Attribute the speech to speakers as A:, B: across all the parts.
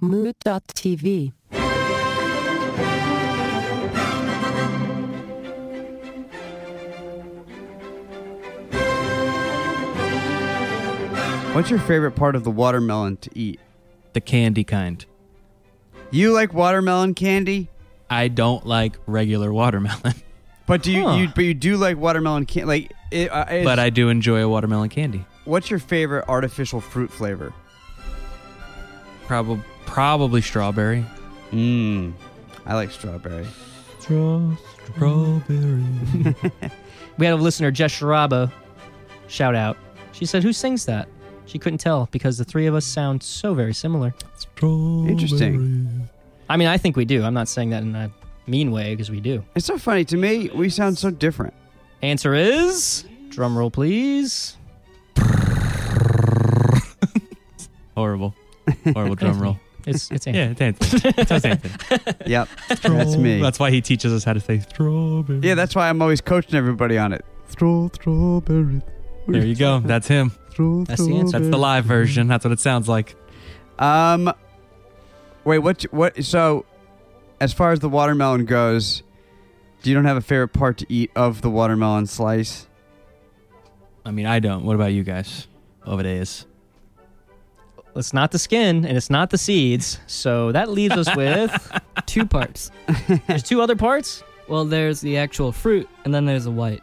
A: Mood.tv.
B: What's your favorite part of the watermelon to eat?
C: the candy kind.
B: You like watermelon candy,
C: I don't like regular watermelon,
B: but do you,
C: Huh.
B: you but you do like watermelon candy? Like, it, uh, it's-
C: but I do enjoy a watermelon candy.
B: what's your favorite artificial fruit flavor?
C: Probably probably strawberry.
B: Mmm,
C: Mm.
B: I like strawberry.
C: strawberry.
D: We had a listener, Jess Sharaba, shout out. She said, Who sings that? She couldn't tell because the three of us sound so very similar.
B: Interesting.
D: I mean, I think we do. I'm not saying that in a mean way because we do.
B: It's so funny to me. We sound so different.
D: Answer is drum roll, please.
C: Horrible. Horrible drum roll.
D: It's it's Anthony.
C: Yeah, it's Anthony. It's us, Anthony.
B: Yep, that's me.
C: That's why he teaches us how to say strawberry.
B: yeah, that's why I'm always coaching everybody on it. Throw strawberry.
C: There you go. That's him.
B: Throw
D: That's the answer.
C: That's the live version. That's what it sounds like.
B: Um, wait, what? What? So, as far as the watermelon goes, do you don't have a favorite part to eat of the watermelon slice?
C: I mean, I don't. What about you guys? Over it is.
D: It's not the skin and it's not the seeds. So that leaves us with
E: Two parts.
D: there's two other parts.
E: Well, there's the actual fruit, and then there's the white.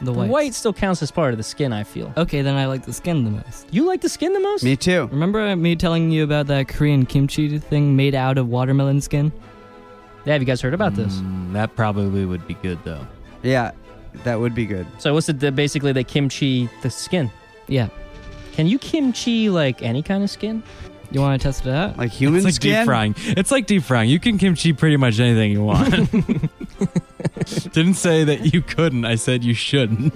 E: The
D: The
E: white.
D: white still counts as part of the skin, I feel.
E: Okay, then I like the skin the most.
D: You like the skin the most?
B: Me too.
E: Remember me telling you about that Korean kimchi thing made out of watermelon skin?
D: Yeah, have you guys heard about this?
C: Mm, that probably would be good though.
B: Yeah, that would be good.
D: So what's the, the basically the kimchi the skin?
E: Yeah.
D: Can you kimchi like any kind of skin?
E: You want to test it out?
B: Like human
C: it's like
B: skin.
C: deep frying. It's like deep frying. You can kimchi pretty much anything you want. Didn't say that you couldn't. I said you shouldn't.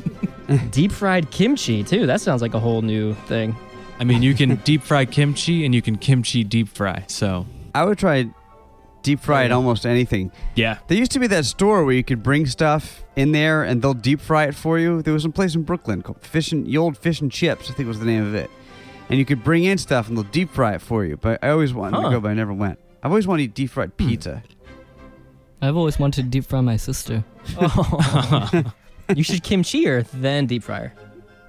D: Deep fried kimchi too. That sounds like a whole new thing.
C: I mean, you can deep fry kimchi and you can kimchi deep fry. So,
B: I would try deep fried almost anything.
C: yeah.
B: There used to be that store where you could bring stuff in there and they'll deep fry it for you. There was some place in Brooklyn called Fish and Old Fish and Chips, I think was the name of it. And you could bring in stuff and they'll deep fry it for you. But I always wanted
D: Huh. Hmm.
B: to go, but I never went. I've always wanted to eat deep fried pizza.
E: I've always wanted to deep fry my sister.
D: Oh. you should kimchi her then deep fryer.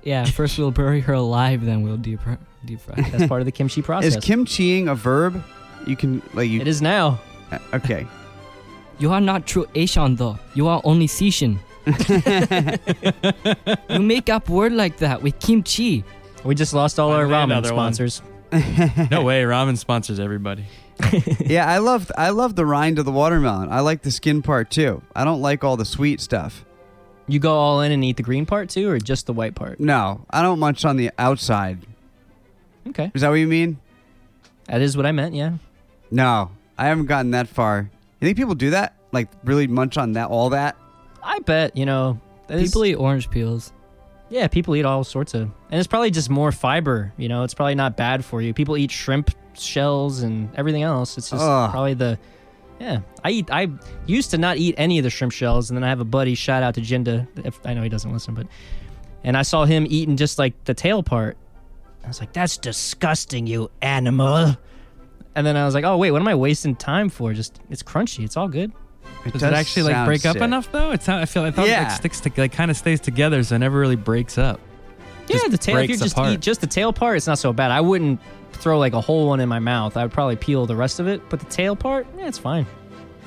E: Yeah, first we'll bury her alive, then we'll deep fry. Deep fry.
D: That's part of the kimchi process.
B: Is kimchiing a verb? You can like you.
D: it is now.
B: uh, Okay.
E: you are not true Asian though. You are only Sichuan. you make up word like that with kimchi.
D: We just lost all our
C: Finally
D: ramen
C: another one.
D: sponsors.
C: No way. Ramen sponsors everybody.
B: yeah, I love I love the rind of the watermelon. I like the skin part too. I don't like all the sweet stuff.
D: You go all in and eat the green part too, or just the white part?
B: No, I don't munch on the outside.
D: Okay,
B: Is that what you mean?
D: that is what I meant. Yeah.
B: No, I haven't gotten that far. You think people do that? Like really munch on that all that?
D: I bet you know. that is-
E: People eat orange peels.
D: yeah, people eat all sorts of, and it's probably just more fiber. You know, it's probably not bad for you. People eat shrimp shells and everything else. It's just
B: Ugh.
D: probably the. Yeah, I eat. I used to not eat any of the shrimp shells, and then I have a buddy. Shout out to Jinda. If I know he doesn't listen, but and I saw him eating just like the tail part. I was like, "That's disgusting, you animal." And then I was like, "Oh wait, what am I wasting time for? Just it's crunchy. It's all good."
B: It
C: Does it actually like
B: sound
C: break up
B: sick.
C: enough though? It's not, I feel I thought it
B: Yeah.
C: like sticks to like kind of stays together, so it never really breaks up.
D: Yeah,
C: Just
D: the tail. If
C: breaks
D: you just
C: apart.
D: eat just the tail part, it's not so bad. I wouldn't throw like a whole one in my mouth. I would probably peel the rest of it, but the tail part, yeah, it's fine.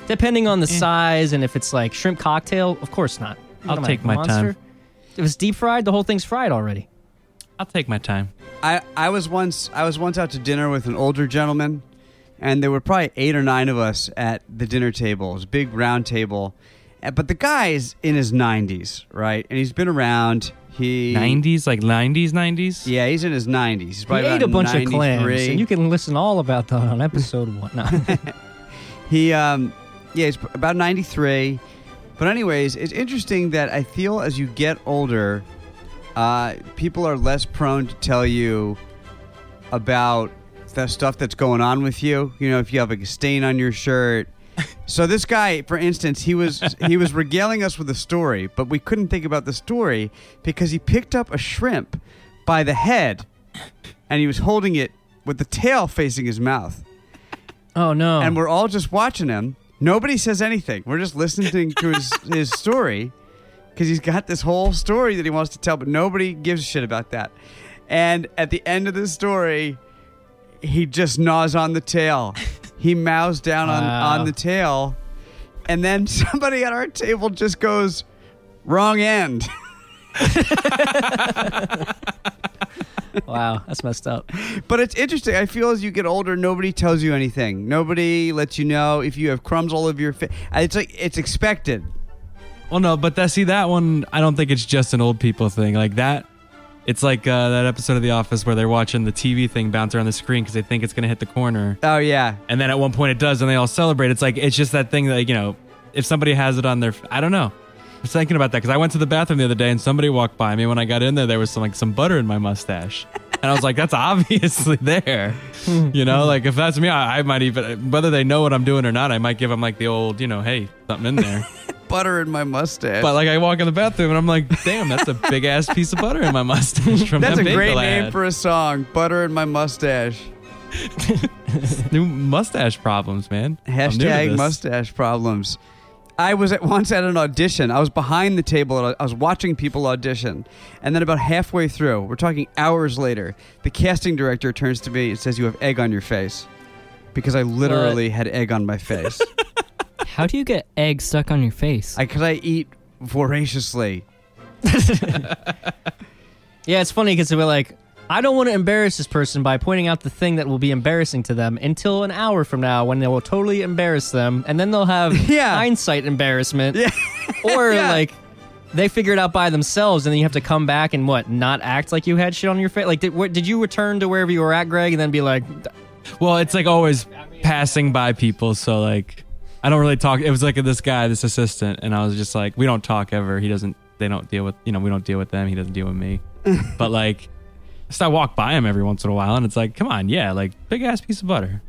D: Depending on the size and if it's like shrimp cocktail, of course not.
C: I'll
D: am I,
C: take
D: a
C: my
D: monster?
C: time.
D: If it's deep fried, the whole thing's fried already.
C: I'll take my time.
B: I, I was once I was once out to dinner with an older gentleman, and there were probably eight or nine of us at the dinner table. It was a big round table, Uh, but the guy's in his nineties, right? And he's been around. He
C: Nineties, like nineties, nineties.
B: Yeah, he's in his nineties. He's
D: We
B: probably
D: ate
B: about
D: a bunch of
B: 93.
D: clams, and you can listen all about that on episode one. No.
B: He, um, yeah, he's about 93. But, anyways, it's interesting that I feel as you get older, uh, people are less prone to tell you about the stuff that's going on with you. You know, if you have like, a stain on your shirt. So this guy, for instance, he was he was regaling us with a story, but we couldn't think about the story because he picked up a shrimp by the head, and he was holding it with the tail facing his mouth.
D: Oh no.
B: and we're all just watching him. Nobody says anything. We're just listening to his, his story because he's got this whole story that he wants to tell, but nobody gives a shit about that. And at the end of the story, he just gnaws on the tail. He mows down on,
D: Wow.
B: on the tail. And then somebody at our table just goes, wrong end.
D: wow, that's messed up.
B: But it's interesting. I feel as you get older, nobody tells you anything. Nobody lets you know if you have crumbs all over your face. It's like it's expected.
C: Well, no, but that see that one, I don't think it's just an old people thing. Like that, it's like uh, that episode of The Office where they're watching the TV thing bounce around the screen because they think it's gonna hit the corner,
B: Oh yeah,
C: and then at one point it does, and they all celebrate. It's like it's just that thing that you know, if somebody has it on their, I don't know. I was thinking about that because I went to the bathroom the other day and somebody walked by me. When I got in there, there was some like some butter in my mustache, and I was like, "That's obviously there." You know, like if that's me, I, I might even whether they know what I'm doing or not, I might give them like the old, you know, hey, something in there.
B: butter in my mustache.
C: But like I walk in the bathroom and I'm like, damn, that's a big ass piece of butter in my mustache from
B: That's
C: that
B: a
C: bagel
B: great
C: I
B: name
C: had.
B: for a song. Butter in my mustache.
C: new mustache problems, man. I'm new to
B: Hashtag
C: this.
B: mustache problems. I was at once at an audition. I was behind the table. And I was watching people audition, and then about halfway through, we're talking hours later, the casting director turns to me and says, "You have egg on your face," because I literally had egg on my face.
E: How do you get eggs stuck on your face?
B: I because I eat voraciously.
D: Yeah, it's funny because we're like, I don't want to embarrass this person by pointing out the thing that will be embarrassing to them until an hour from now when they will totally embarrass them, and then they'll have
B: Yeah.
D: hindsight embarrassment,
B: Yeah.
D: or
B: Yeah.
D: like they figure it out by themselves, and then you have to come back and what? Not act like you had shit on your face. Like, did, what, did you return to wherever you were at, Greg, and then be like,
C: Well, it's like always passing by people, so like I don't really talk. It was like this guy, this assistant, and I was just like, we don't talk ever. He doesn't. They don't deal with. You know, we don't deal with them. He doesn't deal with me. but like, just I walk by him every once in a while, and it's like, come on, yeah, like big ass piece of butter.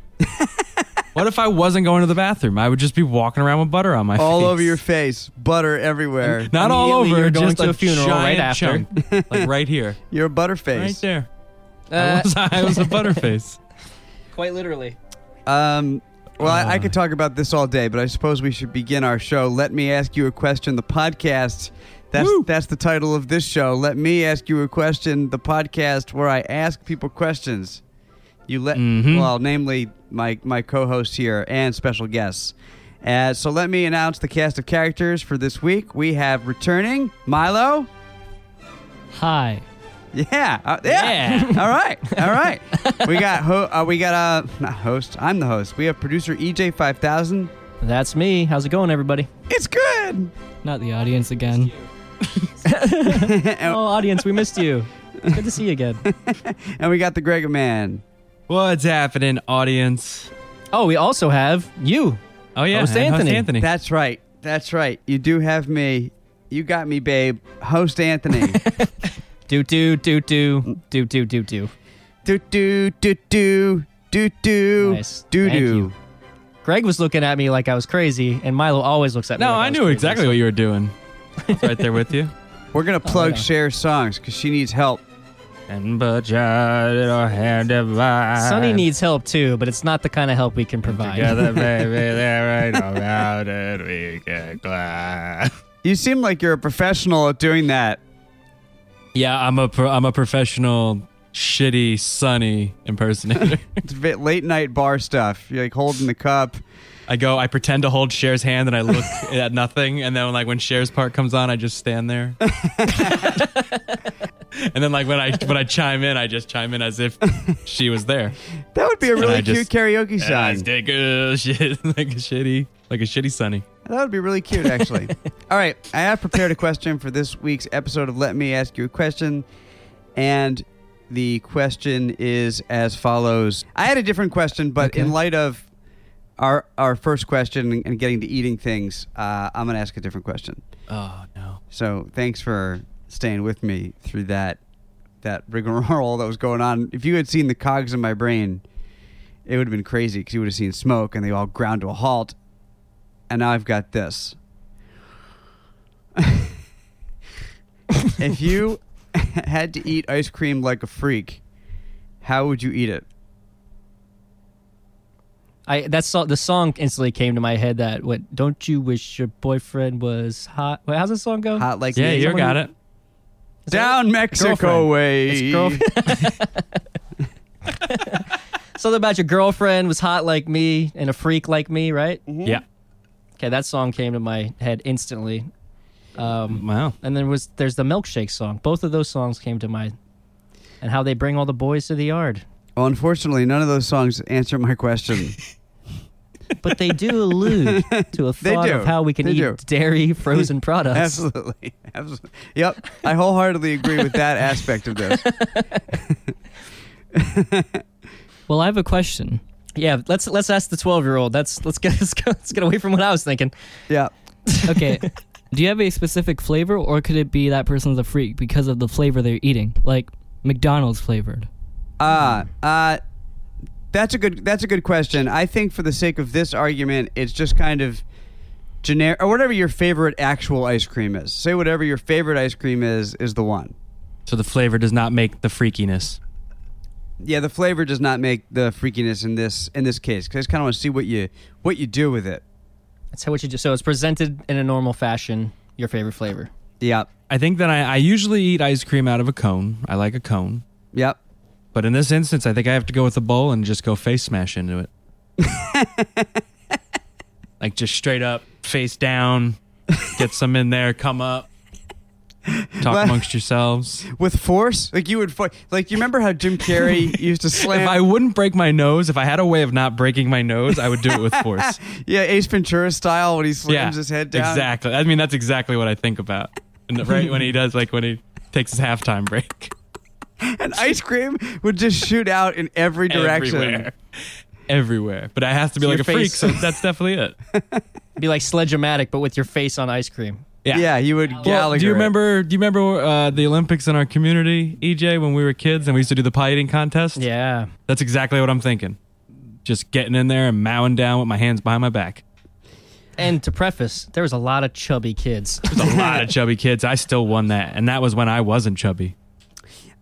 C: what if I wasn't going to the bathroom? I would just be walking around with butter on my
B: All
C: face.
B: over your face, butter everywhere.
C: Not all
D: Immediately
C: over.
D: you're going
C: just
D: to a funeral right
C: giant
D: after.
C: chunk, like right here,
B: You're a
C: right
B: butterface.
C: there.
D: uh,
C: I, was, I was a butterface.
D: quite literally.
B: Um, well, I, I
C: Uh.
B: could talk about this all day, but I suppose we should begin our show. Let me ask you a question. The podcast. That's
C: Woo.
B: that's the title of this show. Let me ask you a question. The podcast where I ask people questions. You let
C: Mhm.
B: well, namely my my co-host here and special guests. Uh, so let me announce the cast of characters for this week. We have returning Milo.
E: Hi.
B: Yeah, uh, yeah. all right, all right. We got ho- uh, we got uh, not host. I'm the host. We have producer EJ five thousand.
D: That's me. How's it going, everybody?
B: It's good.
E: Not the audience again.
D: Oh, audience, we missed you. Good to see you again.
B: And we got the Gregor man.
C: What's happening, audience?
D: Oh, we also have you.
C: Oh yeah,
D: Host
C: and
D: Anthony.
C: Anthony.
B: That's right. That's right. You do have me. You got me, babe. Host Anthony.
D: Do do do do do do do do.
B: do do do do do do
D: Nice.
B: do
D: Thank
B: do.
D: you. Greg was looking at me like I was crazy, and Milo always looks at me.
C: no,
D: like
C: I
D: was
C: knew
D: crazy,
C: exactly
D: so-
C: what you were doing. I was right there with you.
B: We're gonna plug
D: Oh, yeah.
B: Cher's songs because she needs help.
C: And but your little hand of mine.
D: Sonny needs help too, but it's not the kind of help we can provide.
C: baby, they're right about it. We get glad.
B: You seem like you're a professional at doing that.
C: Yeah, I'm a pro- I'm a professional shitty Sonny impersonator.
B: It's a bit late night bar stuff. You're like holding the cup.
C: I go, I pretend to hold Cher's hand and I look at nothing. And then, like, when Cher's part comes on, I just stand there. and then, like, when I when I chime in, I just chime in as if she was there.
B: That would be a
C: And
B: really
C: I
B: cute
C: just-
B: karaoke
C: And I
B: song.
C: stick, uh, shit, like a shitty, like a shitty Sunny.
B: That would be really cute, actually. All right, I have prepared a question for this week's episode of Let Me Ask You a Question, and the question is as follows. I had a different question, but in light of our our first question and getting to eating things, uh, I'm going to ask a different question.
C: Oh no.
B: So thanks for staying with me through that that rigmarole that was going on. If you had seen the cogs in my brain, it would have been crazy because you would have seen smoke and they all ground to a halt. And now I've got this. if you had to eat ice cream like a freak, how would you eat it?
D: I that song the song instantly came to my head that what don't you wish your boyfriend was hot? Wait, how's the song go?
B: Hot like
C: Yeah,
B: me.
C: you got it.
D: Is that
B: Down Mexico
D: Girlfriend.
B: way.
D: It's girlfriend. Something about your girlfriend was hot like me and a freak like me, right?
C: Yeah.
D: Okay, that song came to my head instantly. Um,
C: Wow.
D: and then was there's the milkshake song. Both of those songs came to my and how they bring all the boys to the yard.
B: Well, unfortunately, none of those songs answer my question.
D: But they do allude to a
B: They
D: thought
B: do.
D: of how we can
B: They
D: eat
B: do.
D: dairy frozen products.
B: Absolutely. Absolutely. Yep. I wholeheartedly agree with that aspect of this.
E: Well, I have a question.
D: Yeah, let's let's ask the twelve year old. That's let's get let's, go, let's get away from what I was thinking.
B: Yeah.
E: Okay. Do you have a specific flavor, or could it be that person's a freak because of the flavor they're eating, like McDonald's flavored?
B: Uh, uh, that's a good that's a good question. I think for the sake of this argument, it's just kind of generic or whatever your favorite actual ice cream is. Say whatever your favorite ice cream is is the one.
C: So the flavor does not make the freakiness.
B: Yeah, the flavor does not make the freakiness in this in this case. 'cause I just kind of want to see what you what you do with it.
D: That's how what you do. So it's presented in a normal fashion. Your favorite flavor.
B: Yep.
C: I think that I, I usually eat ice cream out of a cone. I like a cone.
B: Yep.
C: But in this instance, I think I have to go with a bowl and just go face smash into it. like just straight up, face down, get some in there, come up, talk amongst yourselves.
B: With force, like you would fo- like you remember how Jim Carrey used to
C: If
B: slam
C: I wouldn't break my nose, if I had a way of not breaking my nose, I would do it with force.
B: Yeah, Ace Ventura style when he slams
C: yeah,
B: his head down.
C: Exactly. I mean, that's exactly what I think about. And right when he does, like when he takes his halftime break.
B: And ice cream would just shoot out in every direction.
C: Everywhere. Everywhere. But I have to be
D: So
C: like
D: your
C: a freak,
D: face-
C: so that's definitely it.
D: It'd be like sledge-o-matic, but with your face on ice cream.
B: Yeah. you would Gallagher.
C: Well, do you remember? Do you remember uh, the Olympics in our community, EJ, when we were kids and we used to do the pie eating contest?
D: Yeah.
C: that's exactly what I'm thinking. Just getting in there and mowing down with my hands behind my back.
D: And to preface, there was a lot of chubby kids.
C: There's a lot of chubby kids. I still won that, and that was when I wasn't chubby.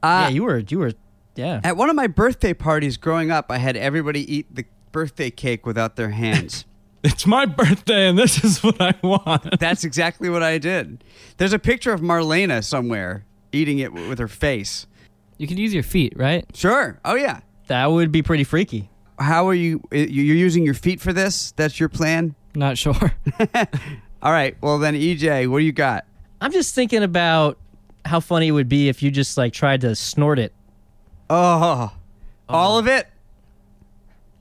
D: yeah, you were you were yeah.
B: Uh, At one of my birthday parties growing up, I had everybody eat the birthday cake without their hands.
C: It's my birthday, and this is what I want.
B: That's exactly what I did. There's a picture of Marlena somewhere eating it w- with her face.
E: You could use your feet, right?
B: Sure. Oh yeah.
D: That would be pretty freaky.
B: How are you? i- You're using your feet for this? That's your plan.
E: Not sure.
B: All right. Well then, EJ, what do you got?
D: I'm just thinking about how funny it would be if you just like tried to snort it.
B: Oh, all of it.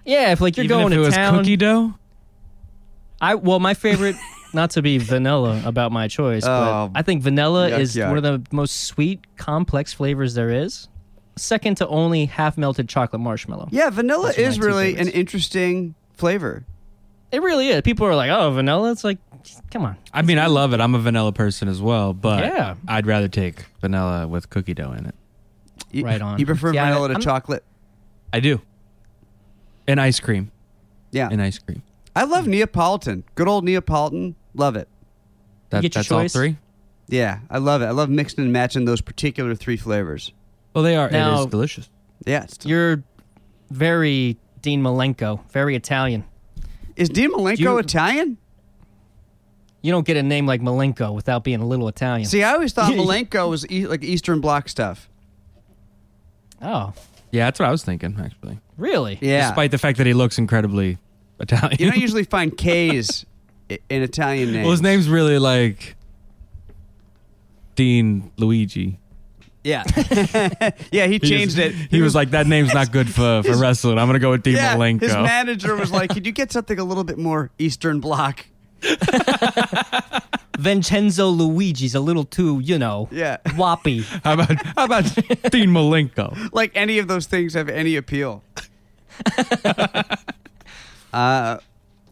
D: Yeah, if like you're
C: Even
D: going
C: if it
D: to
C: was
D: town.
C: cookie dough.
D: I well, my favorite, not to be vanilla about my choice,
B: Oh,
D: but I think vanilla
B: yuck,
D: is
B: yuck.
D: one of the most sweet, complex flavors there is, second to only half melted chocolate marshmallow.
B: Yeah, vanilla
D: Those are my
B: is
D: two
B: really an
D: favorites.
B: interesting flavor.
D: It really is. People are like, "Oh, vanilla." It's like, come on.
C: I mean, I love it. I'm a vanilla person as well, but
D: Yeah.
C: I'd rather take vanilla with cookie dough in it.
B: You-
D: Right on.
B: You prefer
D: Yeah,
B: vanilla to
D: I'm-
B: chocolate?
C: I do. And ice cream.
B: Yeah.
C: And ice cream.
B: I love Neapolitan. Good old Neapolitan. Love it.
C: That,
D: get your
C: that's all
D: choice?
C: three.
B: Yeah, I love it. I love mixing and matching those particular three flavors.
C: Well, they are. it
D: Now-
C: is delicious.
B: Yeah. It's
D: You're very Dean Malenko, very Italian.
B: is Dean Malenko
D: you-
B: Italian?
D: You don't get a name like Malenko without being a little Italian.
B: See, I always thought Malenko was e- like Eastern Bloc stuff.
D: oh,
C: Yeah, that's what I was thinking, actually.
D: really?
B: Yeah.
C: Despite the fact that he looks incredibly Italian.
B: you don't usually find K's i- in Italian names.
C: well, his name's really like Dean Luigi.
B: Yeah. yeah, he
C: He
B: changed
C: just-
B: it.
C: He, was, like, that name's not good for, for wrestling. I'm going to go with Dean
B: yeah,
C: Malenko.
B: his manager was like, could you get something a little bit more Eastern Bloc?
D: Vincenzo Luigi's a little too, you know,
B: Yeah.
D: whoppy.
C: how about, how about Dean Malenko?
B: like any of those things have any appeal. uh,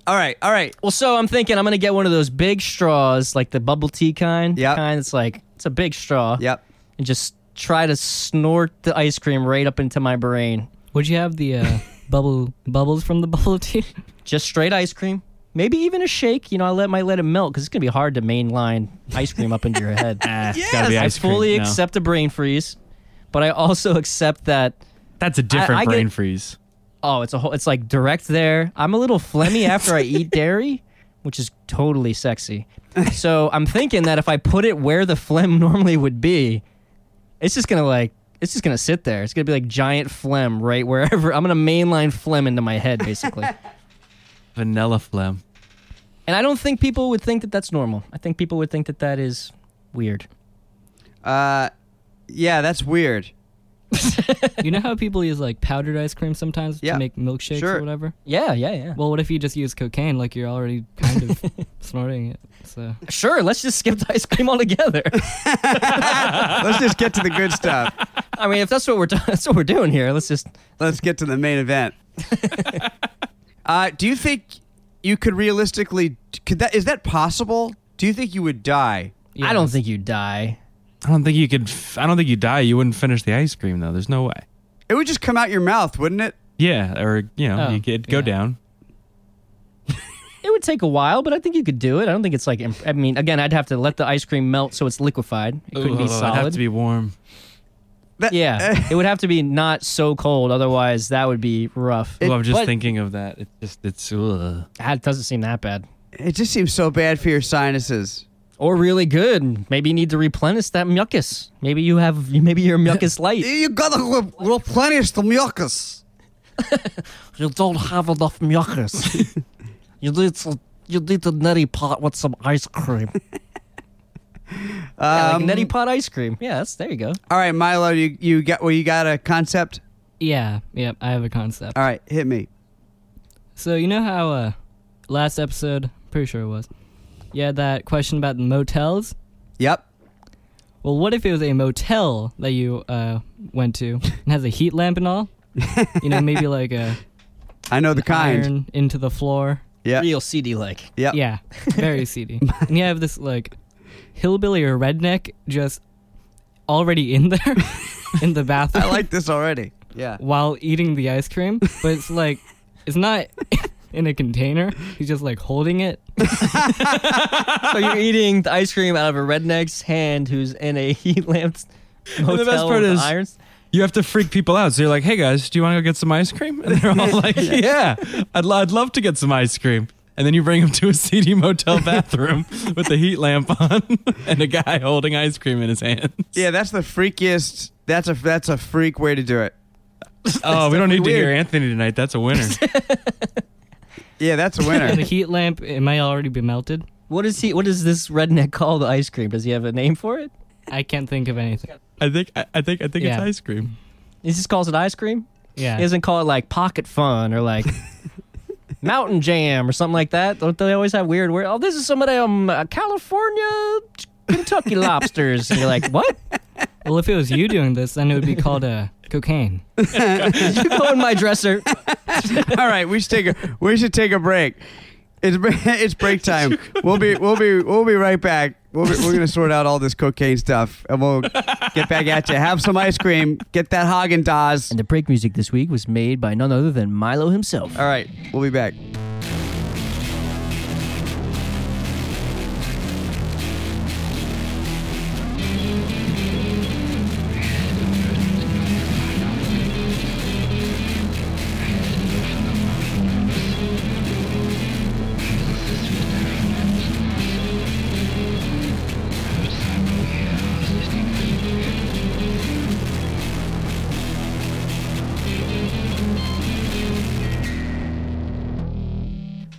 B: all right, all right.
D: Well, so I'm thinking I'm gonna get one of those big straws, like the bubble tea kind.
B: Yep.
D: Kind that's like it's a big straw.
B: Yep.
D: And just try to snort the ice cream right up into my brain.
E: Would you have the uh, bubble bubbles from the bubble tea?
D: Just straight ice cream. Maybe even a shake. You know, I let might let it melt because it's gonna be hard to mainline ice cream up into your head.
C: Ah, it's
B: Yes,
C: gotta be
D: I
C: ice cream.
D: fully
C: No.
D: accept a brain freeze, but I also accept that
C: That's a different
D: I get-
C: brain freeze.
D: Oh, it's a whole. It's like direct there. I'm a little phlegmy after I eat dairy, which is totally sexy. So I'm thinking that if I put it where the phlegm normally would be, it's just gonna like it's just gonna sit there. It's gonna be like giant phlegm right wherever. I'm gonna mainline phlegm into my head basically.
C: Vanilla phlegm.
D: and I don't think people would think that that's normal. I think people would think that that is weird.
B: Uh, yeah, that's weird.
E: you know how people use like powdered ice cream sometimes
B: Yeah.
E: to make milkshakes
B: Sure.
E: or whatever?
D: Yeah, yeah, yeah.
E: Well, what if you just use cocaine? Like you're already kind of snorting it. So
D: Sure, let's just skip the ice cream altogether.
B: Let's just get to the good stuff.
D: I mean, if that's what we're do- that's what we're doing here, let's just
B: Let's get to the main event. uh, do you think you could realistically could that is that possible? Do you think you would die?
E: yeah.
D: I don't think you die.
C: I don't think you could. F- I don't think you die. You wouldn't finish the ice cream though. There's no way.
B: It would just come out your mouth, wouldn't it?
C: Yeah, or you know,
D: Oh,
C: you could go
D: yeah.
C: down.
D: It would take a while, but I think you could do it. I don't think it's like imp- I mean, again, I'd have to let the ice cream melt so it's liquefied. It couldn't be
C: Ugh, It'd have
D: solid.
C: to be warm.
B: That-
D: yeah, it would have to be not so cold, otherwise that would be rough.
C: Ooh, I'm just
D: but
C: thinking of that. It just it's. Ugh.
D: That doesn't seem that bad,
B: It just seems so bad for your sinuses.
D: or really good. Maybe you need to replenish that mucus. Maybe you have maybe your mucus light.
B: You gotta re- replenish the mucus.
D: You don't have enough mucus. you need to, you need a neti pot with some ice cream. yeah, like
B: Um,
D: neti pot ice cream. Yeah, that's, there you go.
B: All right, Milo, you you got well, you got a concept.
E: Yeah, yep. I have a concept.
B: All right, hit me.
E: So you know how uh, last episode, pretty sure it was, you had that question about the motels.
B: Yep.
E: Well, what if it was a motel that you uh, went to and has a heat lamp and all? you know, maybe like a
B: I know the kind.
E: iron into the floor.
B: Yeah.
D: Real CD like.
B: Yep.
E: Yeah, very seedy. and you have this like hillbilly or redneck just already in there in the bathroom
B: I like this already. Yeah.
E: while eating the ice cream, but it's like it's not in a container. He's just like holding it.
D: So you're eating the ice cream out of a redneck's hand who's in a heat lamp motel
C: the best part
D: with
C: is-
D: irons.
C: You have to freak people out. So you're like, "Hey guys, do you want to go get some ice cream?" And they're all like, "Yeah, I'd, lo- I'd love to get some ice cream." And then you bring them to a seedy motel bathroom with the heat lamp on and a guy holding ice cream in his hand.
B: Yeah, that's the freakiest. That's a that's a freak way to do it.
C: Oh, we don't need to
B: definitely
C: hear
B: weird.
C: Anthony tonight. That's a winner.
B: Yeah, that's a
E: And the
B: winner.
E: heat lamp it might already be melted.
D: What is he? What does this redneck call the ice cream? Does he have a name for it?
E: I can't think of anything.
C: I think I, I think I think it's
E: Yeah.
C: ice cream.
D: He just calls it ice cream. He
E: Yeah.
D: doesn't call it like pocket fun or like mountain jam or something like that. Don't they always have weird words? Oh, this is some of them uh, California, Kentucky lobsters. And you're like, what?
E: Well, if it was you doing this, then it would be called uh, cocaine.
D: You go in my dresser.
B: All right, we should take a we should take a break. It's bre- it's break time. We'll be we'll be we'll be right back. We'll be, we're gonna sort out all this cocaine stuff, and we'll get back at you. Have some ice cream. Get that Hagen Dazs.
D: And the break music this week was made by none other than Milo himself.
B: All right, we'll be back.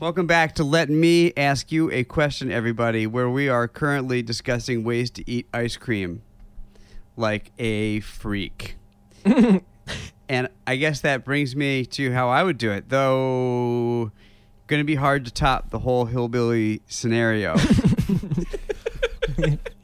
B: Welcome back to Let Me Ask You a Question, everybody, where we are currently discussing ways to eat ice cream like a freak. and I guess that brings me to how I would do it, though, going to be hard to top the whole hillbilly scenario. Uh,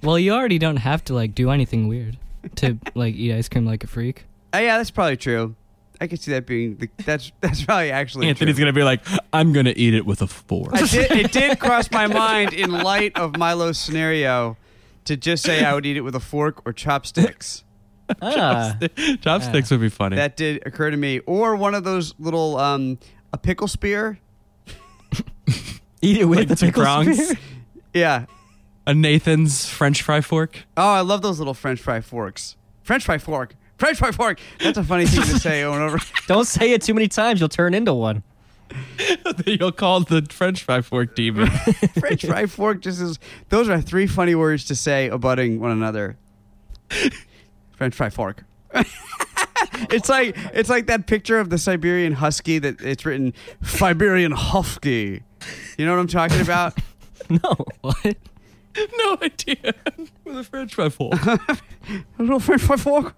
E: Well, you already don't have to like do anything weird to like eat ice cream like a freak.
B: Uh, yeah, that's probably true. I could see that being the, that's that's probably actually true.
C: Anthony's gonna be like, "I'm gonna eat it with a fork."
B: I did, it did cross my mind in light of Milo's scenario to just say I would eat it with a fork or chopsticks.
D: Ah,
C: Chopsticks would be funny.
B: That did occur to me. Or one of those little um a pickle spear.
D: eat it with
C: Like
D: the
C: two
D: pickle
C: prongs?
D: spear.
B: Yeah.
C: a Nathan's French fry fork.
B: Oh, I love those little French fry forks. French fry fork. French fry fork. That's a funny thing to say over and over.
D: Don't say it too many times. You'll turn into one.
C: You'll call the French fry fork demon.
B: French fry fork just is. Those are three funny words to say abutting one another. French fry fork. it's like it's like that picture of the Siberian husky that it's written Siberian husky. You know what I'm talking about?
D: No.
E: What?
C: no idea. With a French fry fork.
B: A little French fry fork.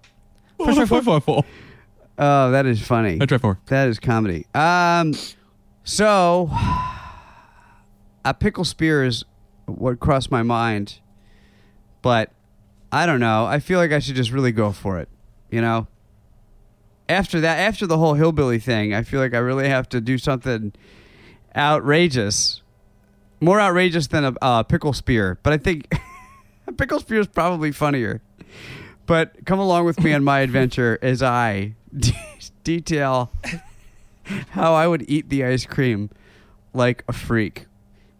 C: French fry fork. French
B: Oh, that is funny.
C: fry fork.
B: That is comedy. Um, so a pickle spear is what crossed my mind, but I don't know. I feel like I should just really go for it. You know, after that, after the whole hillbilly thing, I feel like I really have to do something outrageous, more outrageous than a, a pickle spear. But I think a pickle spear is probably funnier. But come along with me on my adventure as I de- detail how I would eat the ice cream like a freak.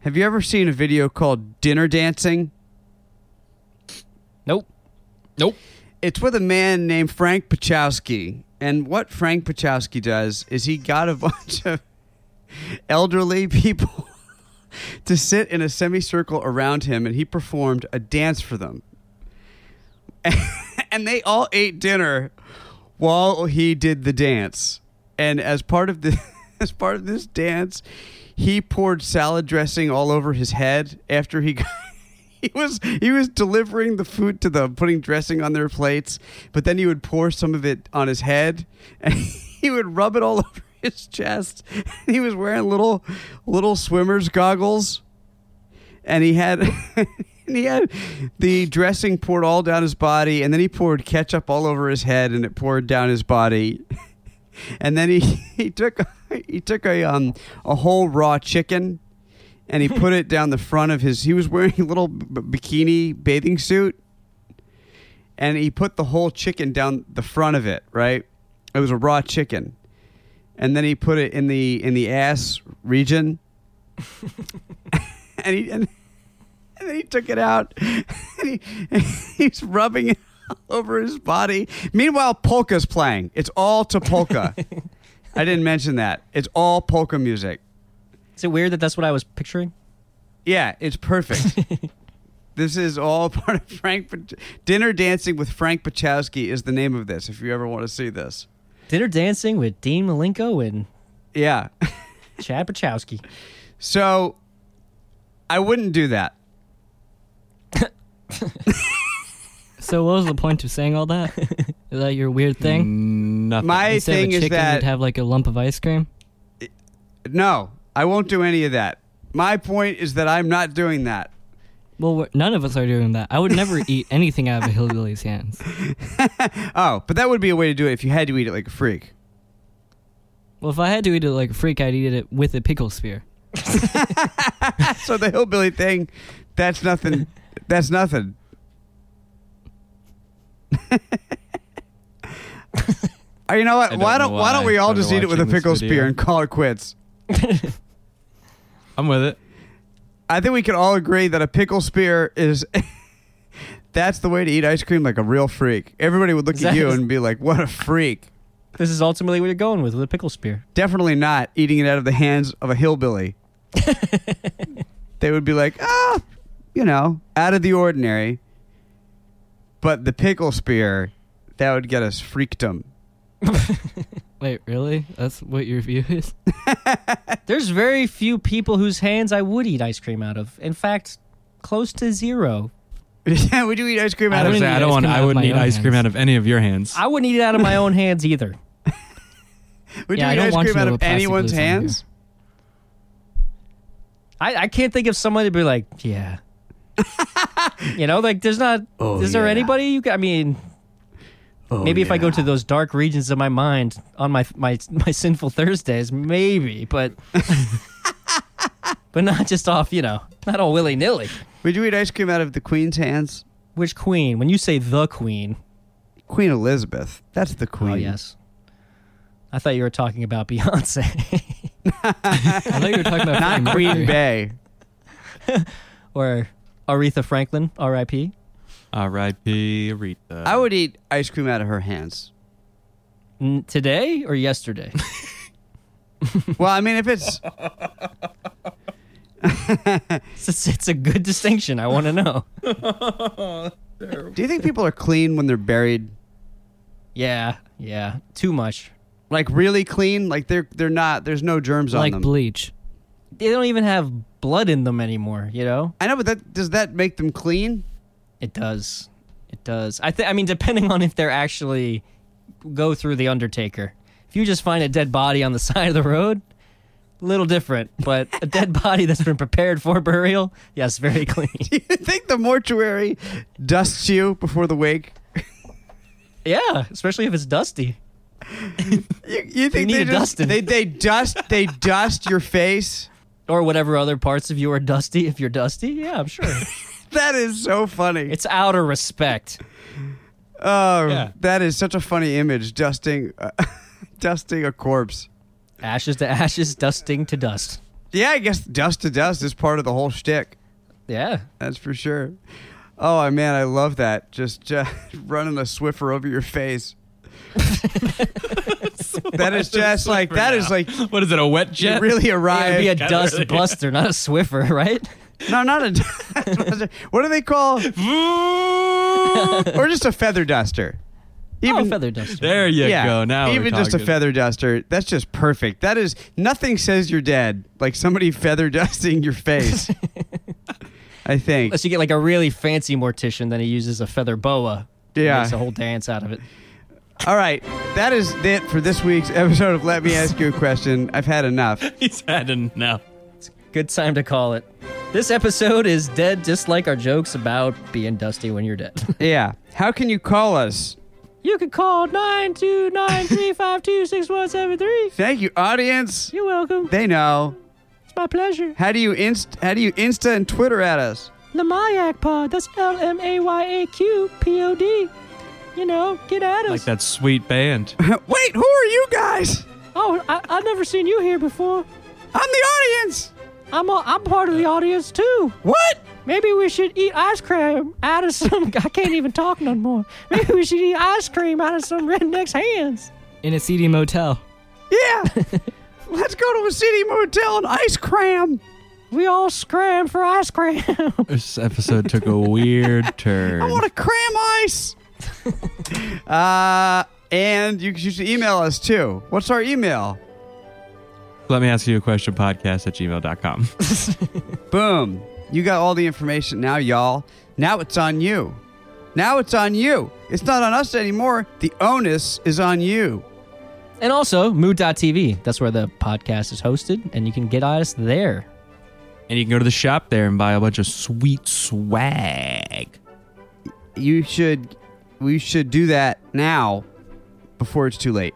B: Have you ever seen a video called Dinner Dancing?
D: Nope.
C: Nope.
B: It's with a man named Frank Pachowski. And what Frank Pachowski does is he got a bunch of elderly people to sit in a semicircle around him and he performed a dance for them. and they all ate dinner while he did the dance. And as part of the as part of this dance, he poured salad dressing all over his head after he got he was he was delivering the food to them, putting dressing on their plates, but then he would pour some of it on his head and he would rub it all over his chest. He was wearing little little swimmer's goggles and he had and he had the dressing poured all down his body and then he poured ketchup all over his head and it poured down his body. And then he, he took he took a um a whole raw chicken and he put it down the front of his. He was wearing a little b- bikini bathing suit, and he put the whole chicken down the front of it. Right, it was a raw chicken, and then he put it in the in the ass region, and he and, and then he took it out, and, he, and he's rubbing it all over his body. Meanwhile, polka's playing. It's all to polka. I didn't mention that. It's all polka music.
D: Is it weird that that's what I was picturing?
B: Yeah, it's perfect. this is all part of Frank. Pach- Dinner Dancing with Frank Pachowski is the name of this. If you ever want to see this,
D: Dinner dancing with Dean Malenko and
B: yeah.
D: Chad Pachowski.
B: So I wouldn't do that.
E: So what was the point of saying all that? Is that your weird thing?
B: Mm.
C: Nothing.
B: My
E: Instead
B: thing
E: of a
B: is
E: chicken,
B: that
E: you'd have like a lump of ice cream.
B: no, I won't do any of that. My point is that I'm not doing that.
E: Well, we're- none of us are doing that. I would never eat anything out of a hillbilly's hands.
B: Oh, but that would be a way to do it if you had to eat it like a freak.
E: Well, if I had to eat it like a freak, I'd eat it with a pickle spear.
B: So the hillbilly thing, that's nothing. That's nothing. Uh, you know what?
C: I don't
B: why don't
C: know
B: why don't
C: why
B: we all
C: started
B: just eat it with a
C: watching this
B: pickle
C: video.
B: spear and call it quits?
C: I'm with it.
B: I think we can all agree that a pickle spear is that's the way to eat ice cream like a real freak. Everybody would look
D: Is
B: at
D: that-
B: you and be like, "What a freak."
D: This is ultimately what you're going with with a pickle spear.
B: Definitely not eating it out of the hands of a hillbilly. they would be like, ah, you know, out of the ordinary. But the pickle spear, that would get us freakdom.
E: Wait, really? That's what your view is?
D: There's very few people whose hands I would eat ice cream out of. In fact, close to zero.
B: yeah, we do eat ice cream
E: I
B: out
C: I,
B: of
E: wouldn't
C: would say,
E: eat
C: I don't
E: ice
C: want.
E: cream out
C: I
E: of
C: wouldn't
E: my
C: eat
E: own
C: ice cream
E: hands.
C: out of any of your hands.
D: I wouldn't eat it out of my own hands either.
B: we do
E: Yeah, I
B: eat
E: don't
B: ice
E: want
B: cream
E: you
B: out
E: to
B: of
E: plastic
B: anyone's
E: lose on here.
B: hands.
D: I, I can't think of somebody to be like, yeah. you know, like there's not.
B: Oh,
D: is there
B: yeah.
D: anybody you? ca- I mean, maybe if I go to those dark regions of my mind on my my my sinful Thursdays, maybe, but but not just off, you know, not all willy nilly.
B: Would you eat ice cream out of the Queen's hands?
D: Which queen? When you say the queen,
B: Queen Elizabeth. That's the queen.
D: oh yes, I thought you were talking about Beyonce
E: I thought you were talking about
B: Not
E: Freddie
B: Queen
E: Mercury.
B: Bay.
D: or Aretha Franklin, R.I.P.
C: R.I.P. Aretha.
B: I would eat ice cream out of her hands.
D: N- today or yesterday?
B: Well, I mean, if it's
D: it's, it's, it's a good distinction. I want to know.
B: do you think people are clean when they're buried?
D: Yeah, yeah. Too much.
B: Like really clean? Like they're they're not. There's no germs on
E: like
B: them.
E: bleach.
D: They don't even have blood in them anymore. You know,
B: I know, but that does that make them clean?
D: it does. It does. I think. I mean, depending on if they're actually go through the Undertaker. If you just find a dead body on the side of the road, little different. But a dead body that's been prepared for burial, yes, very clean.
B: Do you think the mortuary dusts you before the wake?
D: yeah, especially if it's dusty.
B: You, you think
D: need
B: they
D: a
B: just-
D: dusting.
B: They they dust they dust your face.
D: or whatever other parts of you are dusty. If you're dusty, yeah, I'm sure.
B: That is so funny.
D: it's out of respect.
B: Oh,
C: Yeah.
B: that is such a funny image. Dusting, uh, dusting a corpse.
D: Ashes to ashes, dusting to dust.
B: Yeah, I guess dust to dust is part of the whole shtick.
D: Yeah.
B: That's for sure. Oh man, I love that. Just uh, running a Swiffer over your face. that is just like that is like you
C: What is it? A wet jet?
B: really
D: It'd
B: arrived.
D: be a
C: Yeah,
D: dust
C: really.
D: buster, not a swiffer, right?
B: no, not a. what do they call? or just a feather duster.
D: Even Oh, feather duster.
C: There you
B: yeah,
C: go. Now we're
B: even just a
C: talking.
B: feather duster. That's just perfect. That is nothing says you're dead like somebody feather dusting your face. I think.
D: Unless you get like a really fancy mortician, then he uses a feather boa.
B: Yeah.
D: Makes a whole dance out of it.
B: All right, that is it for this week's episode of Let Me Ask You a Question. I've had enough.
C: He's had enough.
D: Good time to call it. This episode is dead, just like our jokes about being dusty when you're dead.
B: Yeah. How can you call us?
D: you can call 929 352 6173.
B: Thank you, audience.
D: You're welcome.
B: They know.
D: It's my pleasure.
B: How do you inst? How do you Insta and Twitter at us?
D: Lamayak Pod. That's L M A Y A Q P O D. You know, get at us.
C: Like that sweet band.
B: Wait, who are you guys?
D: Oh, I, I've never seen you here before.
B: I'm the audience.
D: I'm a, I'm part of the audience too.
B: What?
D: Maybe we should eat ice cream out of some. I can't even talk no more. Maybe we should eat ice cream out of some redneck's hands.
E: In a seedy motel.
B: Yeah. Let's go to a city motel and ice cram.
D: We all scram for ice cream.
C: This episode took a weird turn.
B: I want to cram ice. uh, and you, you should email us too. What's our email?
C: Let me ask you a question podcast at gmail.com.
B: Boom. You got all the information now, y'all. Now it's on you. Now it's on you. It's not on us anymore. The onus is on you.
D: and also, mood.tv. That's where the podcast is hosted, and you can get at us there.
C: and you can go to the shop there and buy a bunch of sweet swag.
B: You should we should do that now before it's too late.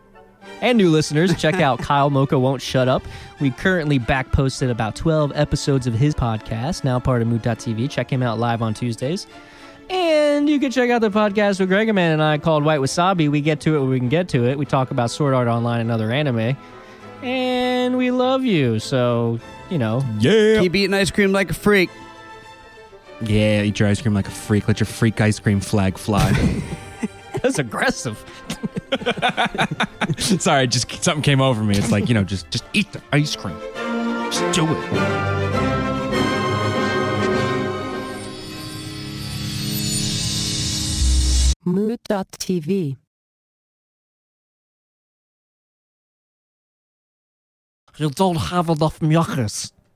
D: And new listeners, check out Kyle Mocha Won't Shut Up. We currently back posted about 12 episodes of his podcast, now part of Mood.tv. Check him out live on Tuesdays. And you can check out the podcast with Gregor Man and I called White Wasabi. We get to it when we can get to it. We talk about Sword Art Online and other anime. And we love you. So, you know,
C: Yeah.
B: Keep eating ice cream like a freak.
C: Yeah, eat your ice cream like a freak. Let your freak ice cream flag fly.
D: that's aggressive.
C: Sorry, just something came over me. It's like, you know, just just eat the ice cream. Just do it.
A: Mood.tv
D: You don't have enough muckers.